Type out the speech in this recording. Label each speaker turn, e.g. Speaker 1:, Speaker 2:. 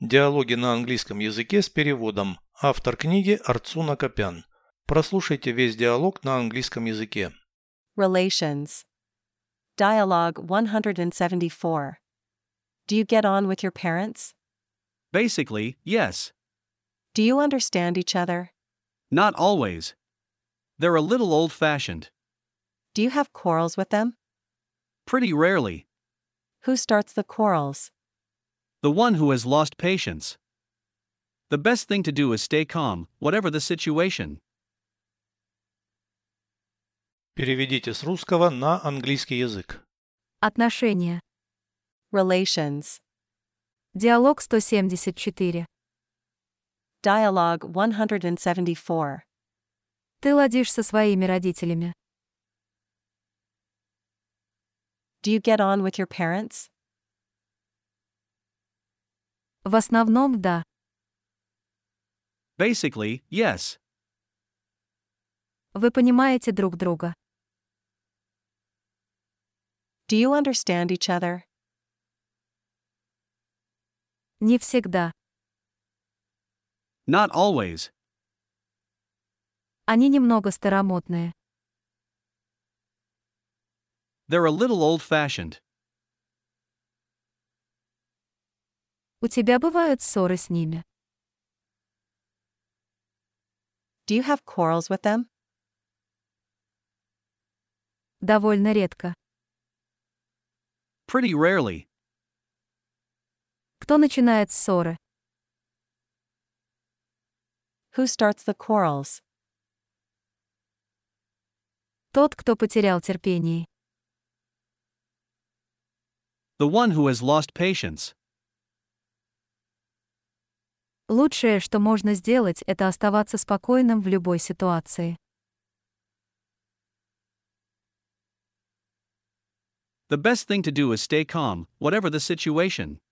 Speaker 1: Диалоги на английском языке с переводом. Автор книги Арцуна Копян. Прослушайте весь диалог на английском языке.
Speaker 2: Relations. Dialogue 174. Do you get on with your parents?
Speaker 3: Basically, yes.
Speaker 2: Do you understand each other?
Speaker 3: Not always. They're a little old fashioned.
Speaker 2: Do you have quarrels with them?
Speaker 3: Pretty rarely.
Speaker 2: Who starts the quarrels?
Speaker 3: The one who has lost patience. The best thing to do is stay calm, whatever the situation.
Speaker 1: Переведите с русского на английский язык.
Speaker 4: Отношения.
Speaker 2: Relations.
Speaker 4: Диалог 174.
Speaker 2: Dialogue 174.
Speaker 4: Ты ладишь со своими родителями.
Speaker 2: Do you get on with your parents?
Speaker 4: В основном да.
Speaker 3: Basically, yes.
Speaker 4: Вы понимаете друг друга.
Speaker 2: Do you understand each other?
Speaker 4: Не всегда.
Speaker 3: Not always.
Speaker 4: Они немного старомодные.
Speaker 3: They're a little old fashioned.
Speaker 4: У тебя бывают ссоры с ними.
Speaker 2: Do you have quarrels with them?
Speaker 4: Довольно редко.
Speaker 3: Pretty rarely.
Speaker 4: Кто начинает ссоры?
Speaker 2: Who starts the quarrels?
Speaker 4: Тот, кто потерял терпение.
Speaker 3: The one who has lost patience.
Speaker 4: Лучшее, что можно сделать, это оставаться спокойным в любой ситуации.
Speaker 3: The best thing to do is stay calm, whatever the situation.